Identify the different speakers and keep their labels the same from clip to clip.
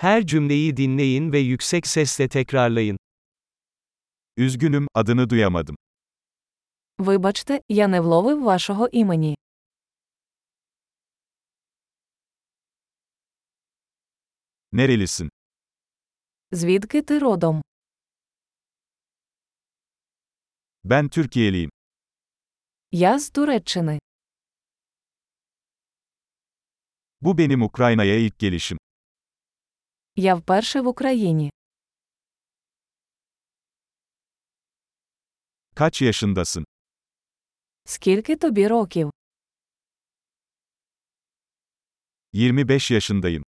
Speaker 1: Her cümleyi dinleyin ve yüksek sesle tekrarlayın.
Speaker 2: Üzgünüm, adını duyamadım.
Speaker 3: Вибачте, я не вловив вашого імені.
Speaker 2: Nerelisin?
Speaker 3: Звідки ти родом?
Speaker 2: Ben Türkiye'liyim.
Speaker 3: Я з Туреччини.
Speaker 2: Bu benim Ukrayna'ya ilk gelişim.
Speaker 3: Я вперше в Україні.
Speaker 2: Kaç yaşındasın?
Speaker 3: Скільки тобі років?
Speaker 2: 25 yaşındayım.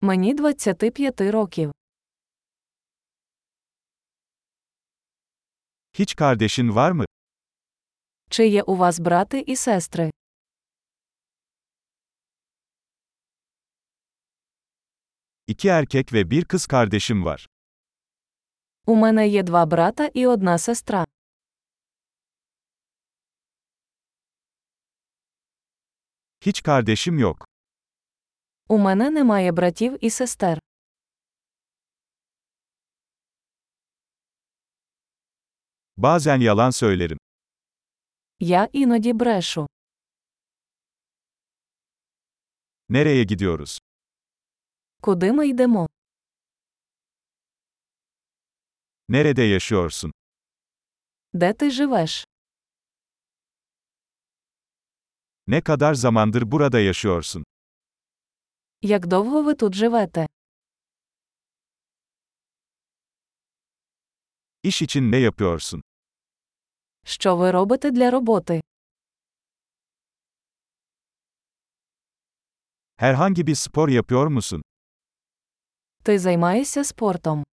Speaker 3: Мені 25 років.
Speaker 2: Hiç kardeşin var mı?
Speaker 3: Чи є у вас брати і сестри?
Speaker 2: İki erkek ve bir kız kardeşim var.
Speaker 3: У мене є два брата і одна сестра.
Speaker 2: Hiç kardeşim yok.
Speaker 3: У мене немає братів і сестер.
Speaker 2: Bazen yalan söylerim.
Speaker 3: Я іноді брешу.
Speaker 2: Nereye gidiyoruz?
Speaker 3: Куди ми йдемо?
Speaker 2: Nerede yaşıyorsun?
Speaker 3: Де ти живеш?
Speaker 2: Ne kadar zamandır burada yaşıyorsun?
Speaker 3: Як довго ви тут живете?
Speaker 2: İş için ne yapıyorsun?
Speaker 3: Що ви робите для роботи?
Speaker 2: Herhangi bir spor yapıyor musun?
Speaker 3: Ти займаєшся спортом.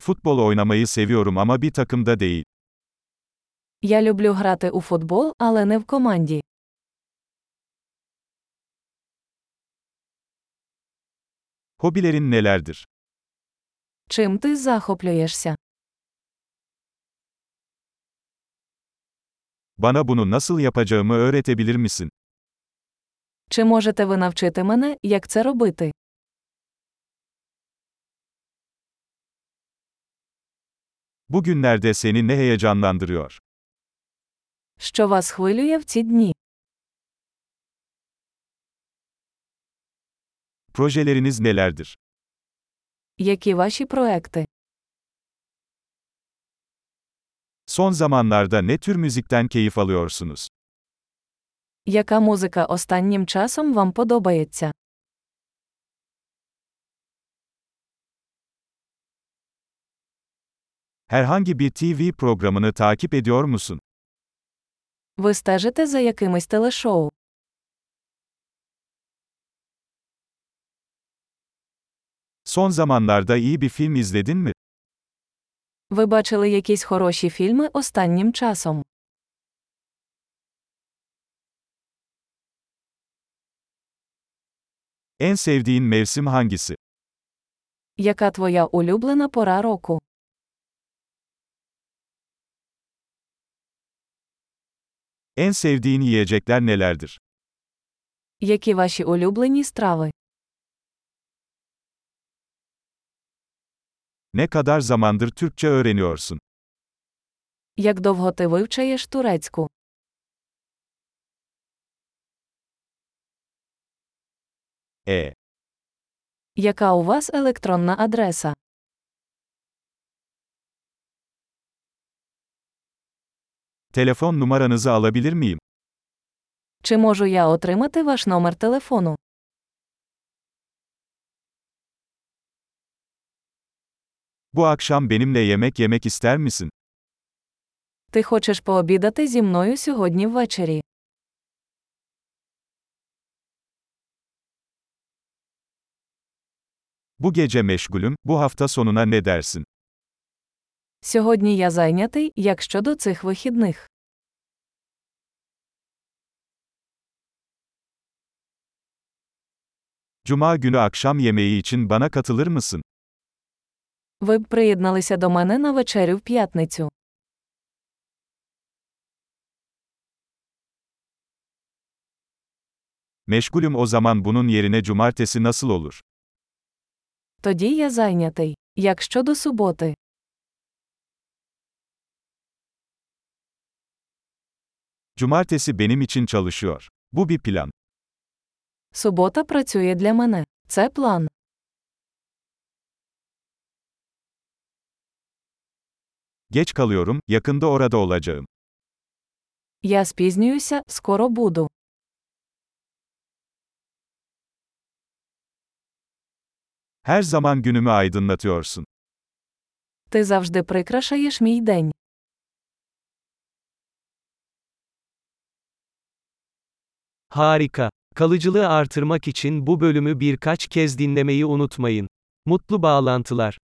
Speaker 2: Futbol oynamayı seviyorum ama bir takımda değil.
Speaker 3: Я люблю грати у футбол, але не в команді.
Speaker 2: Hobilerin nelerdir?
Speaker 3: Чим ти захоплюєшся?
Speaker 2: Bana bunu nasıl yapacağımı öğretebilir misin?
Speaker 3: Чи можете ви навчити мене, як це робити?
Speaker 2: Bugünlerde seni ne heyecanlandırıyor?
Speaker 3: Що вас хвилює в ці дні?
Speaker 2: Projeleriniz nelerdir?
Speaker 3: Які ваші проекти?
Speaker 2: Son zamanlarda ne tür müzikten keyif alıyorsunuz?
Speaker 3: Яка музика останнім часом вам подобається?
Speaker 2: Herhangi bir TV programını takip ediyor musun?
Speaker 3: Ви стежите за якимись телешоу?
Speaker 2: Son zamanlarda iyi bir film izledin mi?
Speaker 3: Ви бачили якісь хороші фільми останнім часом?
Speaker 2: En sevdiğin mevsim hangisi?
Speaker 3: Яка твоя улюблена пора року?
Speaker 2: En sevdiğin yiyecekler nelerdir?
Speaker 3: Які ваші улюблені страви?
Speaker 2: Ne kadar zamandır Türkçe öğreniyorsun?
Speaker 3: Як довго ти вивчаєш турецьку?
Speaker 2: E.
Speaker 3: Яка у вас електронна адреса?
Speaker 2: Telefon numaranızı alabilir miyim?
Speaker 3: Чи можу я отримати ваш номер телефону?
Speaker 2: Bu akşam benimle yemek yemek ister misin?
Speaker 3: Ти хочеш пообідати зі мною сьогодні ввечері?
Speaker 2: Bu gece meşgulüm, bu hafta sonuna ne dersin?
Speaker 3: Сьогодні я зайнятий, як щодо цих вихідних.
Speaker 2: Cuma günü akşam yemeği için bana katılır mısın?
Speaker 3: Ви б приєдналися до мене на вечерю в п'ятницю.
Speaker 2: Meşgulüm o zaman bunun yerine cumartesi nasıl olur?
Speaker 3: Тоді я зайнятий. Як щодо суботи?
Speaker 2: Cumartesi benim için çalışıyor. Bu bir plan.
Speaker 3: Субота працює для мене. Це план.
Speaker 2: Geç kalıyorum, yakında orada olacağım.
Speaker 3: Я спізнююся, скоро буду.
Speaker 2: Her zaman günümü aydınlatıyorsun.
Speaker 3: Ти завжди прикрашаєш мій день.
Speaker 1: Harika. Kalıcılığı artırmak için bu bölümü birkaç kez dinlemeyi unutmayın. Mutlu bağlantılar.